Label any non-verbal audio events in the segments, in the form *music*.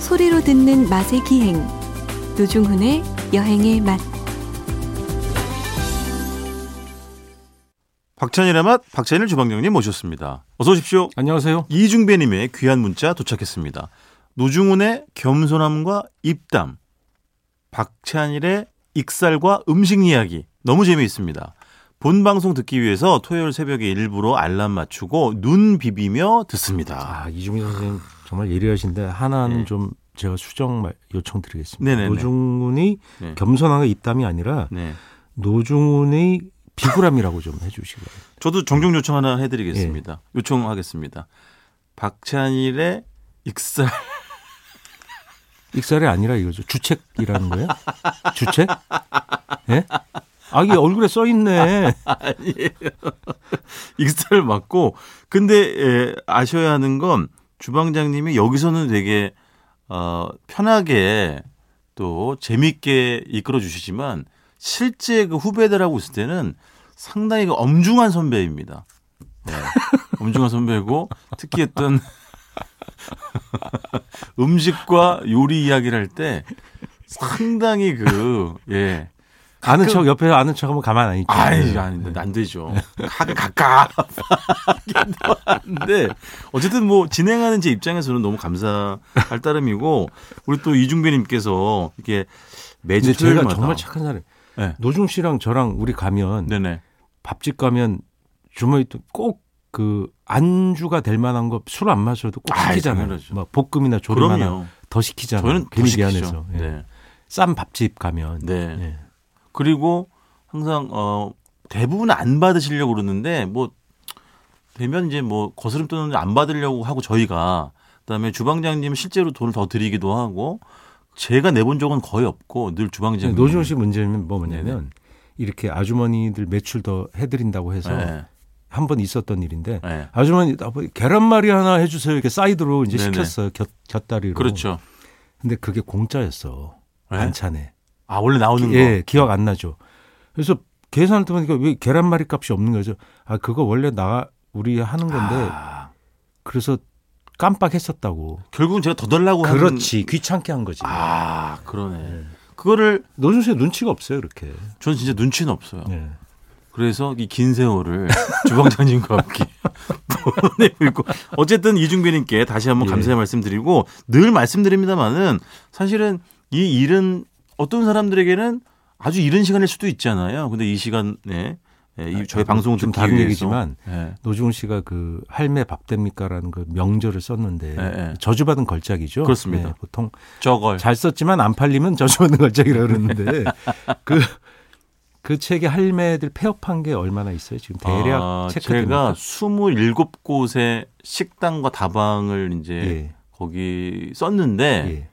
소리로 듣는 맛의 기행 노중훈의 여행의 맛 박찬일의 맛 박찬일 주방장님 모셨습니다. 어서 오십시오. 안녕하세요. 이중배님의 귀한 문자 도착했습니다. 노중훈의 겸손함과 입담, 박찬일의 익살과 음식 이야기 너무 재미있습니다. 본 방송 듣기 위해서 토요일 새벽에 일부러 알람 맞추고 눈 비비며 듣습니다. 아, 이중희 선생님 정말 예리하신데 하나는 네. 좀 제가 수정 말- 요청드리겠습니다. 네네네. 노중훈이 네. 겸손하게 입담이 아니라 네. 노중훈의 비굴함이라고 좀 해주시고요. 저도 정정 요청 하나 해드리겠습니다. 요청하겠습니다. 박찬일의 익살 익살이 아니라 이거죠. 주책이라는 거예요? 주책? 예? 아, 이게 얼굴에 써 있네. *laughs* 익살을 맞고 근데 예, 아셔야 하는 건 주방장님이 여기서는 되게 어, 편하게 또 재밌게 이끌어 주시지만 실제 그 후배들하고 있을 때는 상당히 그 엄중한 선배입니다. 네. 엄중한 선배고 특히 했던 *laughs* 음식과 요리 이야기를 할 때 상당히 그 예. 아는 척, 옆에 아는 척 하면 가만 안 있죠. 아이, 아닌데, 안 되죠. 네. 가끔 가까. *laughs* 근데, 어쨌든 뭐, 진행하는 제 입장에서는 너무 감사할 따름이고, 우리 또 이중배님께서, 이렇게, 매주 근데 제가 토요일마다. 정말 착한 사람이에요. 네. 노중 씨랑 저랑 우리 가면 네네. 밥집 가면 주머니 꼭 그 안주가 될 만한 거 술 안 마셔도 꼭 아이, 시키잖아요. 당연하죠. 막 볶음이나 조림 하나 그럼요. 더 시키잖아요. 저희는 괜히 시키죠. 미안해서. 예. 네. 싼 밥집 가면. 네. 예. 그리고, 항상, 어, 대부분 안 받으시려고 그러는데, 뭐, 되면 이제 뭐, 거스름 떠는 안 받으려고 하고, 저희가. 그 다음에 주방장님 실제로 돈을 더 드리기도 하고, 제가 내본 적은 거의 없고, 늘 주방장님. 네, 노준호 씨 문제는 뭐 뭐냐면 네. 이렇게 아주머니들 매출 더 해드린다고 해서 네. 한 번 있었던 일인데 네. 아주머니 아버지 계란말이 하나 해주세요 이렇게 사이드로 이제 네네. 시켰어요 곁, 곁다리로. 그렇죠. 근데 그게 공짜였어 네? 반찬에. 아 원래 나오는 예, 기억 안 나죠. 그래서 계산을 해보니까 왜 계란말이 값이 없는 거죠? 아, 그거 원래 나 우리 하는 거. 건데 아, 그래서 깜빡했었다고. 결국은 제가 더 달라고 하는. 그렇지, 예. 귀찮게 한 거지. 아 그러네. 그거를 노준 씨 눈치가 없어요, 이렇게. 저는 진짜 눈치는 없어요. 네. 그래서 이 긴 세월을 *laughs* 주방장님과 함께 *laughs* 보내고 있고 어쨌든 이중배님께 다시 한번 예. 감사의 말씀드리고 늘 말씀드립니다만은 사실은 이 일은 어떤 사람들에게는 아주 이른 시간일 수도 있잖아요. 근데 이 시간에 예, 이 저희 아, 방송 좀 듣기 다른 위해서. 얘기지만 예. 노준 씨가 그 할매 밥 됩니까라는 그 명절을 썼는데 예, 예. 저주받은 걸작이죠. 예, 그렇습니다. 보통 저걸 잘 썼지만 안 팔리면 저주받은 걸작이라 *laughs* 그러는데 그. 그 책에 할매들 폐업한 게 얼마나 있어요? 지금 대략 아, 체크됩니까? 제가 27곳의 식당과 다방을 이제 예. 거기 썼는데 예.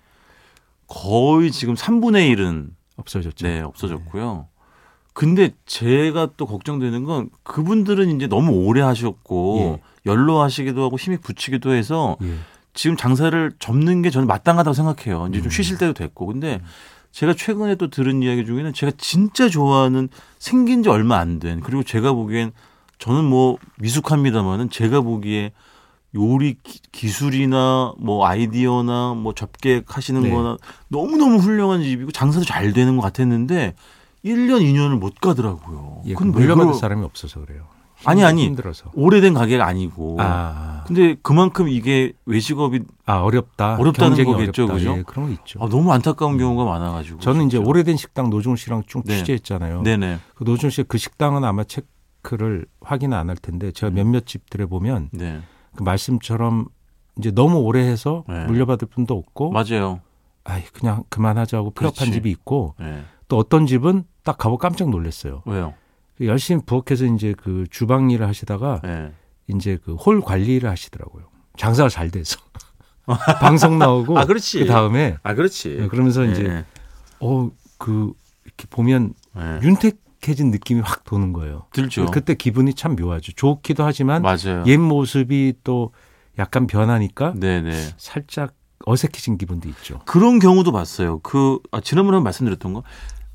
거의 지금 3분의 1은 없어졌죠. 네, 없어졌고요. 근데 제가 또 걱정되는 건 그분들은 이제 너무 오래 하셨고 연로하시기도 하고 힘이 붙이기도 해서 예. 지금 장사를 접는 게 저는 마땅하다고 생각해요. 음. 이제 좀 쉬실 때도 됐고. 근데 제가 최근에 또 들은 이야기 중에는 제가 진짜 좋아하는 생긴 지 얼마 안 된 그리고 제가 보기엔 저는 뭐 미숙합니다만은 제가 보기에 요리 기- 기술이나 뭐 아이디어나 뭐 접객 하시는 네. 거나 너무너무 훌륭한 집이고 장사도 잘 되는 것 같았는데 1년, 2년을 못 가더라고요. 예, 그건 왜 물려받을 그러- 사람이 없어서 그래요. 아니, 힘들- 아니. 힘들어서. 오래된 가게가 아니고. 아, 근데 그만큼 이게 외식업이 아 어렵다. 어렵다는 경쟁이 거겠죠, 어렵다. 그죠? 예, 그런 거 있죠. 아, 너무 안타까운 경우가 많아가지고. 음. 저는 이제 진짜. 오래된 식당 노종 씨랑 쭉 네. 취재했잖아요. 네네. 그 노종 씨 그 식당은 아마 체크를 확인 안 할 텐데 제가 음. 몇몇 집들에 보면 네. 그 말씀처럼 이제 너무 오래 해서 네. 물려받을 분도 없고, 맞아요. 아이 그냥 그만하자고 폐업한 그렇지. 집이 있고 네. 또 어떤 집은 딱 가고 깜짝 놀랐어요. 왜요? 열심히 부엌에서 이제 그 주방 일을 하시다가 네. 이제 그 홀 관리를 하시더라고요. 장사가 잘 돼서 *laughs* 방송 나오고 아, 그렇지. 다음에 네, 아, 그렇지. 그러면서 이제 예, 어 그 이렇게 보면 예. 윤택해진 느낌이 확 도는 거예요. 들죠. 그때 예. 기분이 참 묘하죠. 좋기도 하지만 그렇죠. 맞아요. 옛 모습이 또 약간 변하니까 네네. 살짝 어색해진 기분도 있죠. 그런 경우도 봤어요. 그 아, 지난번에 한번 말씀드렸던 거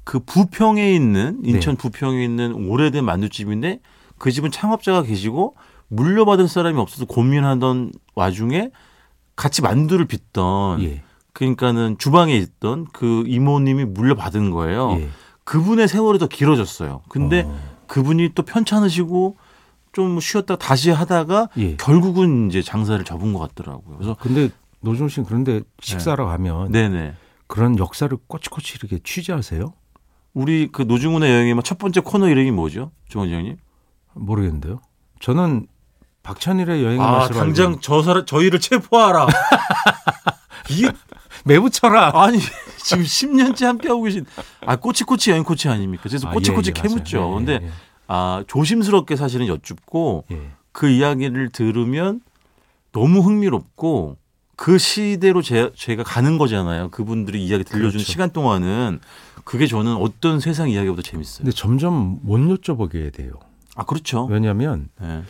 그 부평에 있는 네. 인천 부평에 있는 오래된 만두집인데 그 집은 창업자가 계시고 물려받을 사람이 없어서 고민하던 와중에 같이 만두를 빚던 예. 그러니까는 주방에 있던 그 이모님이 물려받은 거예요. 예. 그분의 세월이 더 길어졌어요. 근데 어, 그분이 또 편찮으시고 좀 쉬었다 다시 하다가 예. 결국은 이제 장사를 접은 것 같더라고요. 그래서 근데 노종 씨는 그런데 식사하러 가면 네네. 그런 역사를 꼬치꼬치 이렇게 취재하세요? 우리 그 노중훈의 여행의 막첫 번째 코너 이름이 뭐죠? 조원지 형님? 모르겠는데요. 저는 박찬일의 여행을 아, 당장 저 사람, 저희를 체포하라. *laughs* 이게, 매부쳐라. 아니, 지금 10년째 함께하고 계신, 아, 꼬치꼬치 여행 코치 아닙니까? 그래서 아, 꼬치꼬치 예, 예, 캐묻죠. 맞아요. 예, 근데, 아, 조심스럽게 사실은 여쭙고, 예, 예. 그 이야기를 들으면 너무 흥미롭고, 그 시대로 제, 제가 가는 거잖아요. 그분들이 이야기 들려주는 그렇죠. 시간 동안은. 그게 저는 어떤 세상 이야기보다 재밌어요. 근데 점점 못 여쭤보게 돼요. 아, 그렇죠. 왜냐하면 네.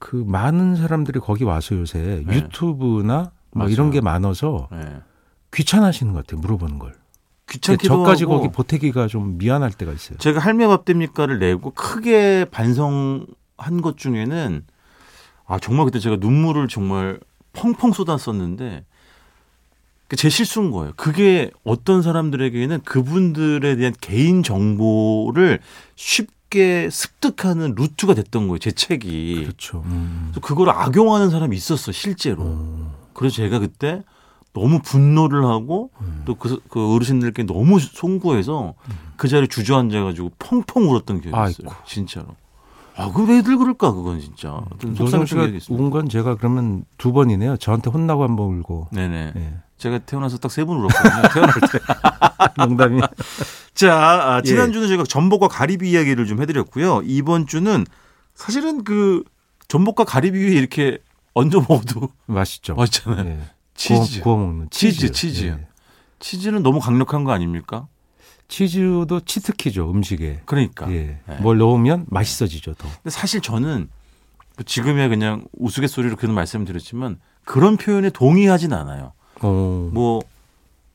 그 많은 사람들이 거기 와서 요새 네. 유튜브나 뭐 맞아요. 이런 게 많아서 네. 귀찮아하시는 것 같아요. 물어보는 걸. 귀찮기도 뭐 저까지 하고. 거기 보태기가 좀 미안할 때가 있어요. 제가 할매밥 됩니까를 내고 크게 반성한 것 중에는 아 정말 그때 제가 눈물을 정말 펑펑 쏟았었는데 그제 실수인 거예요. 그게 어떤 사람들에게는 그분들에 대한 개인 정보를 쉽게 습득하는 루트가 됐던 거예요. 제 책이. 그렇죠. 음. 그래서 그걸 악용하는 사람이 있었어 실제로. 그래서 제가 그때 너무 분노를 하고 또 그 어르신들께 너무 송구해서 그 자리에 주저앉아가지고 펑펑 울었던 기억이 있어요. 아이고. 진짜로. 아, 그 왜들 그럴까 그건 진짜. 좀 음. 노정 씨가 속상했던 기억이 있습니다. 운건 제가 그러면 두 번이네요. 저한테 혼나고 한 번 울고. 네네. 예. 제가 태어나서 딱 세 번 *laughs* 울었거든요. 태어날 때. 농담이. *laughs* 자, 아, 예. 지난주는 저희가 전복과 가리비 이야기를 좀 해드렸고요. 이번 주는 사실은 그 전복과 가리비 위에 이렇게 얹어 먹어도 *laughs* 맛있죠. 맛있잖아요. 예. 치즈. 구워, 구워 먹는 치즈, 치즈. 치즈. 예. 치즈는 너무 강력한 거 아닙니까? 치즈도 치트키죠 음식에. 그러니까. 예. 네. 뭘 넣으면 맛있어지죠 더. 근데 사실 저는 뭐 지금이야 그냥 우스갯소리로 그런 말씀을 드렸지만 그런 표현에 동의하진 않아요. 어. 뭐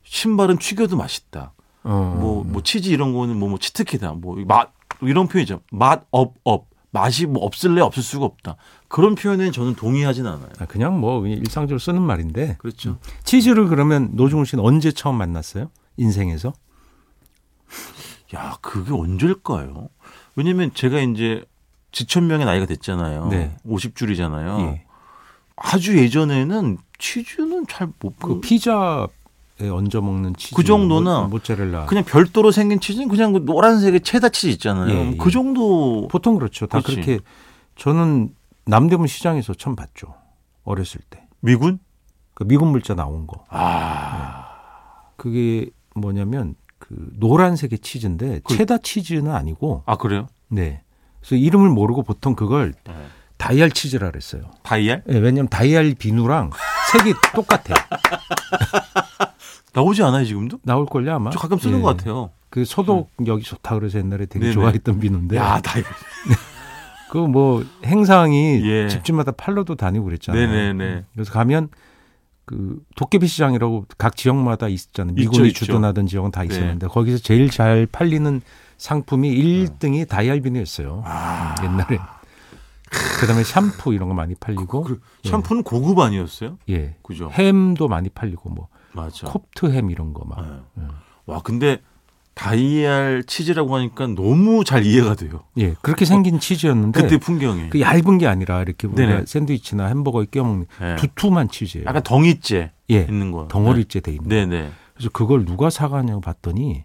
신발은 튀겨도 맛있다. 어. 뭐 뭐 치즈 이런 거는 뭐, 뭐 치트키다. 뭐 맛 이런 표현이죠. 맛 업 업. 맛이 뭐 없을래 없을 수가 없다. 그런 표현에 저는 동의하진 않아요. 아, 그냥 뭐 그냥 일상적으로 쓰는 말인데 그렇죠. 치즈를 그러면 노중훈 씨는 언제 처음 만났어요? 인생에서? 야, 그게 언제일까요? 왜냐면 제가 이제 지천명의 나이가 됐잖아요. 네. 50줄이잖아요. 예. 아주 예전에는 치즈는 잘 못 그 그, 피자에 얹어 먹는 치즈. 그 정도나 모, 모짜렐라. 그냥 별도로 생긴 치즈는 그냥 그 노란색의 체다 치즈 있잖아요. 예, 예. 그 정도 보통 그렇죠. 다 그렇지. 그렇게 저는 남대문 시장에서 처음 봤죠. 어렸을 때. 미군? 그 미군 물자 나온 거. 아, 그게 뭐냐면 그 노란색의 치즈인데 그- 체다 치즈는 아니고 아 그래요? 네. 그래서 이름을 모르고 보통 그걸 네. 다이알 치즈라 그랬어요. 다이알 예, 왜냐면 다이알 비누랑 색이 *laughs* 똑같아. 나오지 않아요 지금도? 나올걸요, 아마? 저 가끔 쓰는 예. 것 같아요. 그 소독 여기 좋다 그래서 옛날에 되게 네네. 좋아했던 비누인데 야 다이알. 그 뭐 행상이 예. 집집마다 팔로도 다니고 그랬잖아요. 네네네. 그래서 가면 그 도깨비 시장이라고 각 지역마다 있잖아요. 있죠, 미군이 있죠. 네. 주둔하던 지역은 다 있었는데 거기서 제일 잘 팔리는 상품이 어. 1등이 다이알 비누였어요. 아. 옛날에. 그다음에 샴푸 이런 거 많이 팔리고 그 샴푸는 고급 아니었어요? 예. 그죠? 햄도 많이 팔리고 뭐 맞아. 콥트 햄 이런 거 막. 네. 와 근데 다이알 치즈라고 하니까 너무 잘 이해가 돼요. 예. 그렇게 생긴 치즈였는데 그때 풍경이. 그 얇은 게 아니라 이렇게 우리가 네네. 샌드위치나 햄버거에 끼워 먹는 예. 두툼한 치즈예요. 약간 덩이째 예, 있는 거. 덩어리째 돼 있는. 네네. 그래서 그걸 누가 사가냐고 봤더니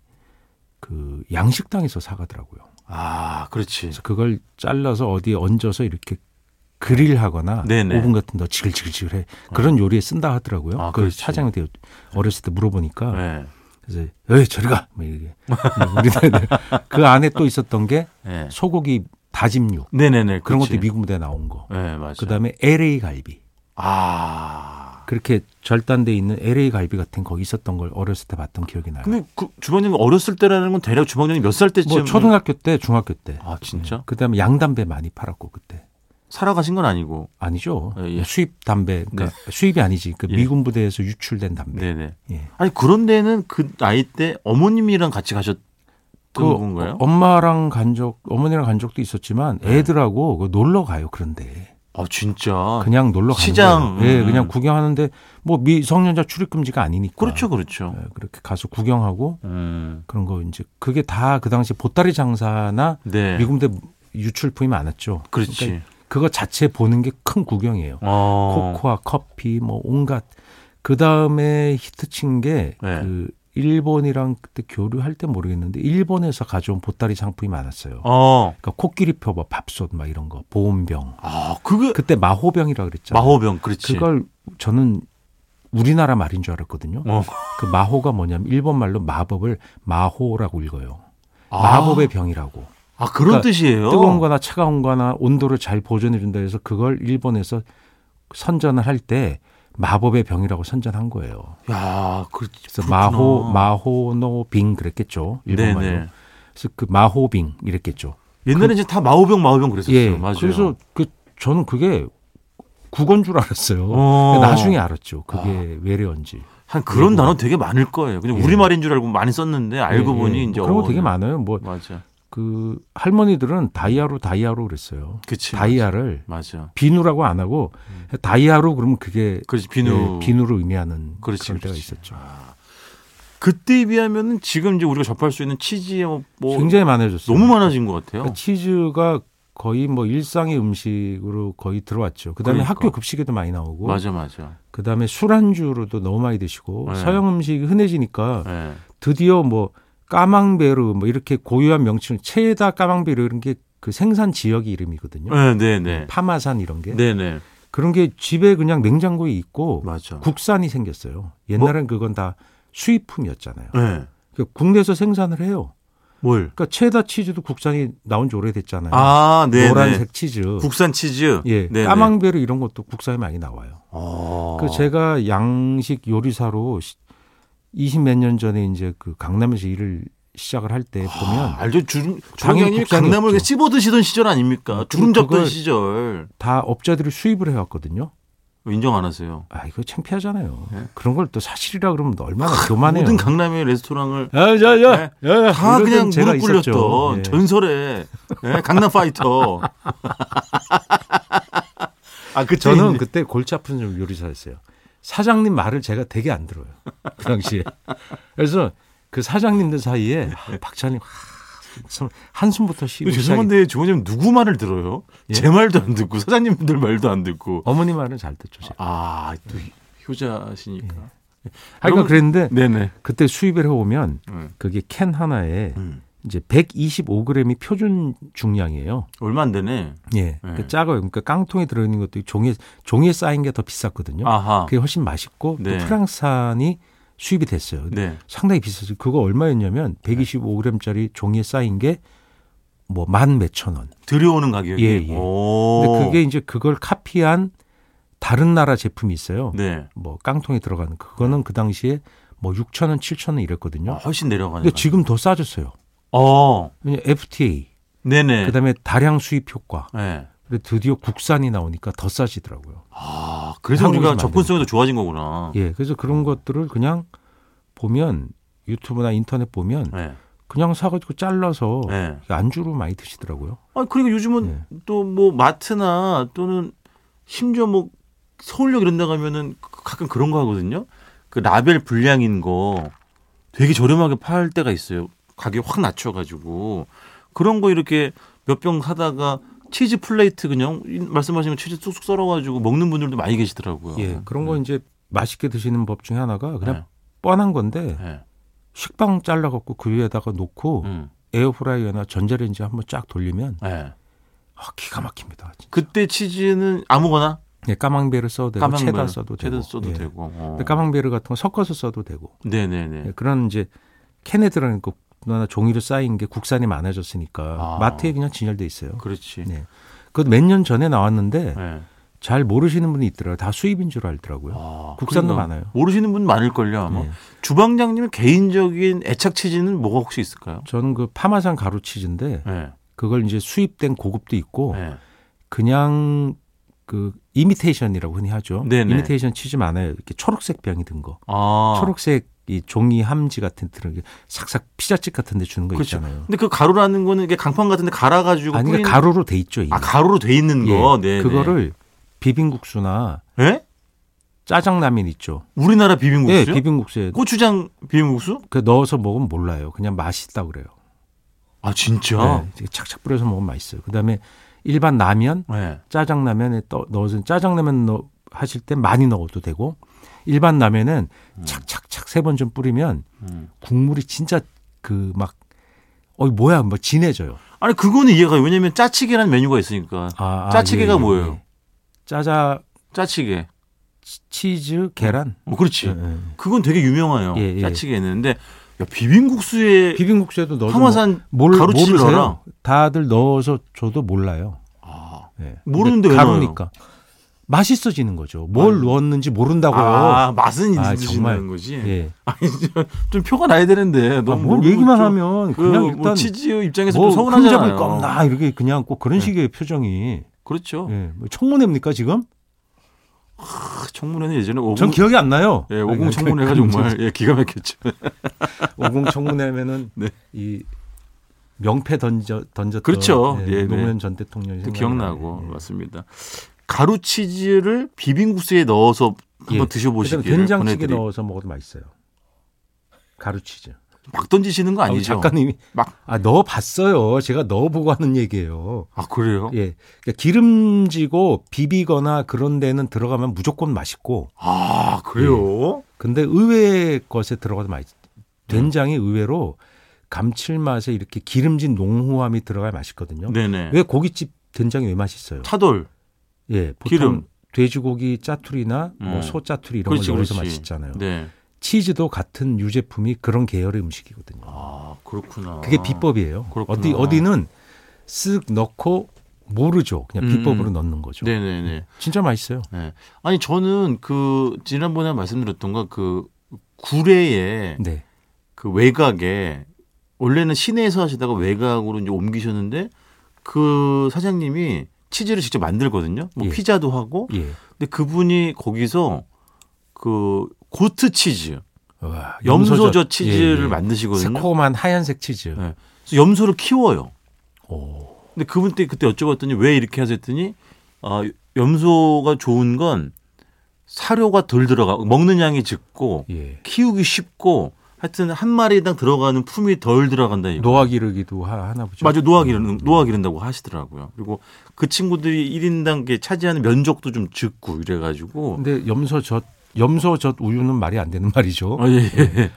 그 양식당에서 사가더라고요. 아 그렇지. 그래서 그걸 잘라서 어디에 얹어서 이렇게 그릴하거나 네네. 어. 오븐 같은 데 지글지글지글해 그런 요리에 쓴다 하더라고요. 아, 그 그렇지. 사장이 되게 어렸을 때 물어보니까 네. 그래서 에이 저리 가. 뭐 이렇게 우리들 *laughs* 그 안에 또 있었던 게 네. 소고기 다짐육 네네네. 그런 그렇지. 것도 미군 부대 나온 거. 네, 맞아요. 예, 그렇죠. 그다음에 LA 갈비. 아. 그렇게 절단돼 있는 LA 갈비 같은 거기 있었던 걸 어렸을 때 봤던 기억이 나요. 근데 그 주방장님 어렸을 때라는 건 대략 주방장님 몇 살 때쯤? 뭐 초등학교 때, 중학교 때. 아 진짜? 그다음에 양담배 많이 팔았고 그때. 살아가신 건 아니고. 아니죠. 예, 예. 수입 담배. 그러니까 수입이 아니지. 그 예. 미군 부대에서 유출된 담배. 네네. 예. 아니 그런데는 그 나이 때 어머님이랑 같이 가셨던 그 건가요? 어, 네. 엄마랑 간 적, 어머니랑 간 적도 있었지만 애들하고 그 놀러 그 가요. 그런데 아 진짜. 그냥 놀러 가는 시장. 거예요. 예, 음. 그냥 구경하는데 뭐 미성년자 출입 금지가 아니니까. 그렇죠, 그렇죠. 예, 그렇게 가서 구경하고 음. 그런 거 이제 그게 다 그 당시 보따리 장사나 네. 미군대 유출품이 많았죠. 그렇지. 그러니까 그거 자체 보는 게 큰 구경이에요. 어. 코코아, 커피, 뭐 온갖. 그 다음에 히트친 게 네. 그 일본이랑 그때 교류할 때 모르겠는데 일본에서 가져온 보따리 상품이 많았어요. 어. 그러니까 코끼리 표범, 밥솥 막 이런 거, 보온병. 아 그게 그때 마호병이라 그랬잖아요. 마호병 그렇지. 그걸 저는 우리나라 말인 줄 알았거든요. 어. 그 마호가 뭐냐면 일본 말로 마법을 마호라고 읽어요. 아. 마법의 병이라고. 아 그런 그러니까 뜻이에요. 뜨거운 거나 차가운 거나 온도를 잘 보존해 준다 해서 그걸 일본에서 선전을 할 때 마법의 병이라고 선전한 거예요. 야, 그 그래서 마호 마호노빙 그랬겠죠. 일본말로. 네네. 그래서 그 마호빙 이랬겠죠. 옛날에 이제 다 마호병 마호병 그랬었어요. 예. 맞아요. 그래서 그 저는 그게 국어인 줄 알았어요. 어. 아. 나중에 알았죠. 그게 외래어인지. 한 그런 단어 되게 많을 거예요. 그냥 예. 우리 말인 줄 알고 많이 썼는데 알고 예, 예. 보니 이제 그런 거 어, 되게 많아요. 맞아. 뭐 그 할머니들은 다이아로 다이아로 그랬어요. 그치. 다이아를 맞아. 비누라고 안 하고 다이아로 그러면 그게 음. 그렇지 비누. 예, 비누로 의미하는 그 그렇지, 런 때가 그렇지. 아. 있었죠. 그때에 비하면은 지금 이제 우리가 접할 수 있는 치즈에 뭐 굉장히 많아졌어요. 너무 많아진 것 같아요. 그러니까 치즈가 거의 뭐 일상의 음식으로 거의 들어왔죠. 그다음에 그러니까. 학교 급식에도 많이 나오고, 맞아 맞아. 그다음에 술안주로도 너무 많이 드시고 네. 서양 음식이 흔해지니까 예. 드디어 뭐 까망베르 뭐 이렇게 고유한 명칭 체에다 까망베르 이런 게 그 생산 지역이 이름이거든요. 음, 예, 네, 네. 파마산 이런 게 네, 네. 그런 게 집에 그냥 냉장고에 있고 맞아. 국산이 생겼어요. 옛날엔 그건 다 수입품이었잖아요. 예. 그러니까 국내에서 생산을 해요. 뭘? 그러니까 체다 치즈도 국산이 나온 지 오래됐잖아요. 아, 네, 네. 노란색 치즈. 국산 치즈. 예, 네, 네. 까망베르 이런 것도 국산이 많이 나와요. 어. 그 제가 양식 요리사로 20 몇 년 전에 이제 그 강남에서 일을 시작을 할 때 보면 아, 알죠. 주름 당연히 주름장님이 국산이 강남을 없죠. 그냥 씹어 드시던 시절 아닙니까? 음, 주름 잡던 그걸- 시절 다 업자들이 수입을 해왔거든요. 인정 안 하세요. 아 이거 창피하잖아요. 네. 아, 그런 걸 또 사실이라 그러면 얼마나 교만해요. 네, 모든 강남의 레스토랑을 야야야, 다 그냥 무릎 꿇렸던 예. 전설의 예, 강남 파이터. *laughs* 아, 그때 저는 저는 그때 골치 아픈 좀 요리사였어요. 사장님 말을 제가 되게 안 들어요. 그 당시에. 그래서 그 사장님들 사이에 아, 박찬님 아, 참 한숨부터 쉬고 시작이- 네. 그 죄송한데 조원님 누구 말을 들어요? 예? 제 말도 안 듣고 사장님들 말도 안 듣고. 어머니 말은 잘 듣죠. 제가. 아, 또 효자시니까. 하여간 그럼- 그랬는데 네, 네. 그때 수입을 해오면 음. 그게 캔 하나에 음. 이제 125g이 표준 중량이에요. 얼마 안 되네. 예. 네. 그 작아요. 그러니까 깡통에 들어있는 것도 종이에, 종이에 쌓인 게 더 비쌌거든요. 아하. 그게 훨씬 맛있고 네. 또 프랑스산이 수입이 됐어요. 근데 네. 상당히 비쌌어요. 그거 얼마였냐면 125g짜리 종이에 쌓인 게 뭐 만 몇천 원. 들여오는 가격이. 예, 예. 오. 근데 그게 이제 그걸 카피한 다른 나라 제품이 있어요. 네. 뭐 깡통에 들어가는 그거는 그 당시에 뭐 6천 원, 7천 원 아, 이랬거든요. 훨씬 내려가는. 근데 가격. 지금 더 싸졌어요. 어. 왜냐 FTA 네, 네. 그다음에 다량 수입 효과. 네. 그리고 드디어 국산이 나오니까 더 싸지더라고요. 아, 그래서 한국에서 우리가 만드는 접근성이 더 좋아진 음. 거구나. 예, 그래서 그런 것들을 그냥 보면 유튜브나 인터넷 보면 네. 그냥 사가지고 잘라서 네. 안주로 많이 드시더라고요. 아, 그리고 요즘은 예. 또 뭐 마트나 또는 심지어 뭐 서울역 이런 데 가면은 가끔 그런 거 하거든요. 그 라벨 불량인 거 되게 저렴하게 팔 때가 있어요. 가격 확 낮춰가지고 그런 거 이렇게 몇 병 사다가 치즈 플레이트 그냥 이- 말씀하신 거 치즈 쑥쑥 썰어가지고 먹는 분들도 많이 계시더라고요. 음. 예, 그런 거 이제 맛있게 드시는 법 중에 하나가 그냥 어. 네. 뻔한 건데 네. 식빵 잘라갖고 그 위에다가 놓고 음. 에어프라이어나 전자레인지 한번 쫙 돌리면 네. 아, 기가 막힙니다. 진짜. 그때 치즈는 아무거나 예, 까망베르 써도 되고 까만 체다 거는 써도 되고, 체다 써도 예. 되고. 어. 근데 까망베르 같은 거 섞어서 써도 되고 네네네. 예, 그런 이제 캔에 들어있는 거나 종이로 쌓인 게 국산이 많아졌으니까 아. 마트에 그냥 진열돼 있어요. 그렇지. 네. 그것 몇 년 전에 나왔는데 네. 잘 모르시는 분이 있더라고요. 다 수입인 줄 알더라고요. 아, 국산도 그러니까 많아요. 모르시는 분 많을걸요 아마. 예. 주방장님의 개인적인 애착 치즈는 뭐가 혹시 있을까요? 저는 그 파마산 가루 치즈인데 네. 그걸 이제 수입된 고급도 있고 네. 그냥 그 이미테이션이라고 흔히 하죠. 네네. 이미테이션 치즈 많아요. 이렇게 초록색 병이 든 거. 아. 초록색 이 종이 함지 같은 그런 게 삭삭 피자집 같은 데 주는 거 그렇죠. 있잖아요. 근데 그 가루라는 거는 이게 강판 같은 데 갈아가지고. 아니 뿌리는- 그러니까 가루로 돼 있죠, 이미. 아, 가루로 돼 있는 예, 거. 네. 그거를 비빔국수나 예? 짜장라면 있죠. 우리나라 예, 비빔국수요? 비빔국수에 고추장 비빔국수? 그 넣어서 먹으면 몰라요. 그냥 맛있다 그래요. 아 진짜? 네, 이렇게 착착 뿌려서 먹으면 맛있어요. 그다음에 일반 라면, 네. 짜장라면에 떠- 넣어서 짜장라면 넣, 하실 때 많이 넣어도 되고 일반 라면은 착착착 세 번 좀 뿌리면 음. 국물이 국물이 진짜 그 막 어이 뭐야 뭐 진해져요. 아니 그거는 이해가 가요. 왜냐면 짜치게라는 메뉴가 있으니까 아, 아, 짜치게가 예, 예, 뭐예요? 예. 짜자 짜치게. 치- 치즈 계란. 어, 그렇지. 예, 예. 그건 되게 유명해요. 예, 예. 짜치게는. 근데 야, 비빔국수에 비빔국수에도 넣어서 파마산 뭐- 몰- 예. 가루치를 모르세요? 넣어라. 다들 넣어서 줘도 몰라요. 아, 예. 모르는데 왜 가루니까 맛있어지는 거죠. 뭘 아니. 넣었는지 모른다고요. 아, 맛은 아, 정말. 드시는 거지. 예. *laughs* 아니 좀- 좀 표가 나야 되는데 아, 너무 뭘 모르고 얘기만 좀 하면 그 그냥 일단 뭐 치즈 입장에서 뭐 좀 서운하잖아요. 흠잡을 거 없나 이렇게 그냥 꼭 그런 예. 식의 표정이 그렇죠. 예. 뭐 청문회입니까 지금? 크, 청문회는 예전에 오공 전 기억이 안 나요. 네, 예, 오공 청문회가 *laughs* 정말 예, 기가 막혔죠. 오공 청문회면은 네. 이 명패 던져 던졌던 그렇죠. 예, 네. 노무현 전 대통령이 또 생각이 기억나고 뭐 나네. 예. 맞습니다. 가루 치즈를 비빔국수에 넣어서 한번 예. 드셔보시길 그다음에 된장찌개 보내드리- 넣어서 먹어도 맛있어요. 가루치즈. 막 던지시는 거 아, 우리 아니죠? 작가님이 막- 아 넣어봤어요. 제가 넣어보고 하는 얘기예요. 아 그래요? 예, 그러니까 기름지고 비비거나 그런 데는 들어가면 무조건 맛있고, 아 그래요? 근데 의외의 것에 들어가도 맛있. 음. 된장이 의외로 감칠맛에 이렇게 기름진 농후함이 들어가야 맛있거든요. 네네. 왜 고깃집 된장이 왜 맛있어요? 차돌. 예, 보통 기름. 돼지고기 짜투리나 음. 뭐 소 짜투리 이런 그렇지 걸 넣어서 그렇지. 맛있잖아요. 네. 치즈도 같은 유제품이 그런 계열의 음식이거든요. 아 그렇구나. 그게 비법이에요. 그렇구나. 어디 어디는 쓱 넣고 모르죠. 그냥 음. 비법으로 넣는 거죠. 네네네. 진짜 맛있어요. 네. 아니 저는 그 지난번에 말씀드렸던가 그 구례에 네. 그 외곽에 원래는 시내에서 하시다가 외곽으로 이제 옮기셨는데 그 사장님이 치즈를 직접 만들거든요. 뭐 예. 피자도 하고. 예. 근데 그분이 거기서 그 고트 치즈, 와, 염소젓 예, 치즈를 예. 만드시거든요. 새콤한 하얀색 치즈. 네. 그래서 염소를 키워요. 오. 근데 그분 때 그때 여쭤봤더니 왜 이렇게 하세요 했더니 아, 염소가 좋은 건 사료가 덜 들어가 먹는 양이 적고 예. 키우기 쉽고 하여튼 한 마리당 들어가는 품이 덜 들어간다 이거. 노화 기르기도 하- 하나 예. 보죠. 음. 맞아 노화 기른 노화 기른다고 하시더라고요. 그리고 그 친구들이 1인당 게 차지하는 면적도 좀 적고 이래 가지고 근데 염소젓 염소젓 우유는 말이 안 되는 말이죠. 아, 예, 예.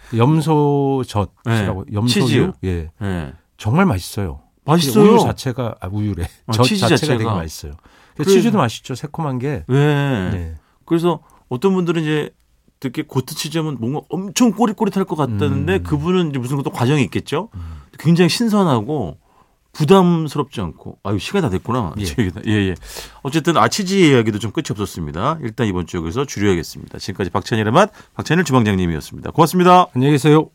염소젓이라고 네. 치즈요? 염소유. 예. 예. 정말 맛있어요. 맛있어요. 우유 자체가 아, 우유래. 아, 젓 치즈 자체가, 자체가. 되게 맛있어요. 그래. 치즈도 맛있죠. 새콤한 게. 예. 네. 그래서 어떤 분들은 이제 듣게 고트 치즈하면 뭔가 엄청 꼬릿꼬릿할 것 같다는데 음. 그분은 이제 무슨 것도 과정이 있겠죠. 음. 굉장히 신선하고 부담스럽지 않고 아유 시간 다 됐구나. 예. 예예. 어쨌든 아치즈 이야기도 좀 끝이 없었습니다. 일단 이번 주 여기서 줄여야겠습니다. 지금까지 박찬일의 맛 박찬일 주방장님이었습니다. 고맙습니다. 안녕히 계세요.